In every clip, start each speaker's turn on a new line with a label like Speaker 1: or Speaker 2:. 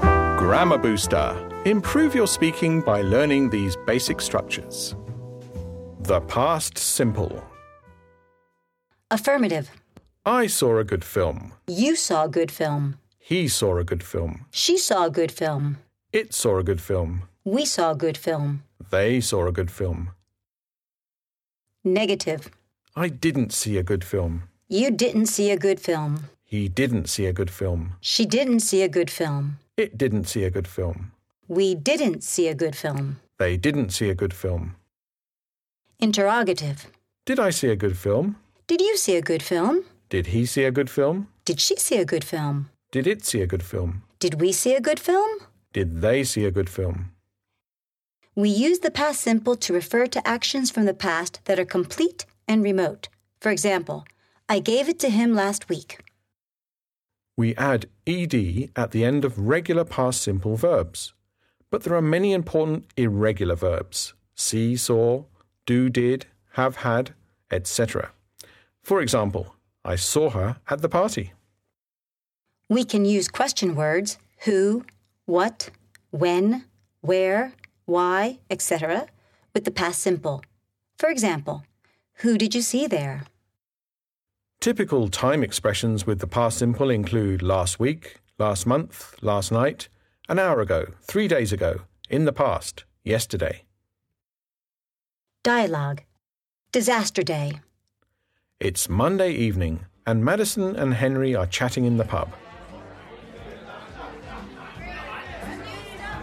Speaker 1: Grammar Booster. Improve your speaking by learning these basic structures. The past simple.
Speaker 2: Affirmative.
Speaker 1: I saw a good film.
Speaker 2: You saw a good film.
Speaker 1: He saw a good film.
Speaker 2: She saw a good film.
Speaker 1: It saw a good film.
Speaker 2: We saw a good film.
Speaker 1: They saw a good film.
Speaker 2: Negative.
Speaker 1: I didn't see a good film.
Speaker 2: You didn't see a good film.
Speaker 1: He didn't see a good film.
Speaker 2: She didn't see a good film.
Speaker 1: It didn't see a good film.
Speaker 2: We didn't see a good film.
Speaker 1: They didn't see a good film.
Speaker 2: Interrogative.
Speaker 1: Did I see a good film?
Speaker 2: Did you see a good film?
Speaker 1: Did he see a good film?
Speaker 2: Did she see a good film?
Speaker 1: Did it see a good film?
Speaker 2: Did we see a good film?
Speaker 1: Did they see a good film?
Speaker 2: We use the past simple to refer to actions from the past that are complete and remote. For example, I gave it to him last week.
Speaker 1: We add ed at the end of regular past simple verbs. But there are many important irregular verbs see, saw, do, did, have, had, etc. For example, I saw her at the party.
Speaker 2: We can use question words who, what, when, where, why, etc. with the past simple. For example, who did you see there?
Speaker 1: Typical time expressions with the past simple include last week, last month, last night, an hour ago, three days ago, in the past, yesterday.
Speaker 2: Dialogue Disaster Day.
Speaker 1: It's Monday evening, and Madison and Henry are chatting in the pub.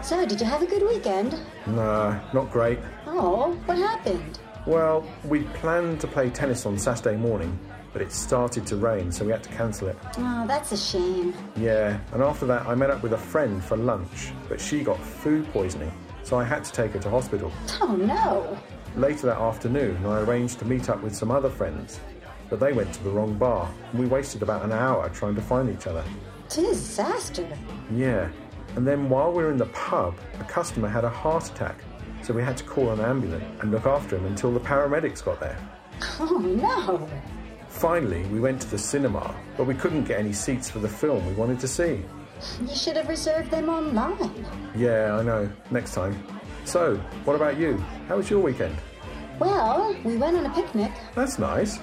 Speaker 2: So, did you have a good weekend?
Speaker 1: Nah, not great.
Speaker 2: Oh, what happened?
Speaker 1: Well, we planned to play tennis on Saturday morning, but it started to rain, so we had to cancel it.
Speaker 2: Oh, that's a shame.
Speaker 1: Yeah, and after that, I met up with a friend for lunch, but she got food poisoning, so I had to take her to hospital.
Speaker 2: Oh, no.
Speaker 1: Later that afternoon, I arranged to meet up with some other friends, but they went to the wrong bar, and we wasted about an hour trying to find each other.
Speaker 2: Disaster.
Speaker 1: Yeah, and then while we were in the pub, a customer had a heart attack, so we had to call an ambulance and look after him until the paramedics got there.
Speaker 2: Oh, no.
Speaker 1: Finally, we went to the cinema, but we couldn't get any seats for the film we wanted to see.
Speaker 2: You should have reserved them online.
Speaker 1: Yeah, I know, next time. So, what about you? How was your weekend?
Speaker 2: Well, we went on a picnic.
Speaker 1: That's nice.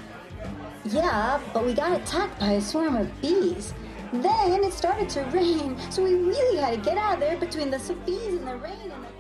Speaker 2: Yeah, but we got attacked by a swarm of bees. Then it started to rain, so we really had to get out of there between the bees and the rain and the.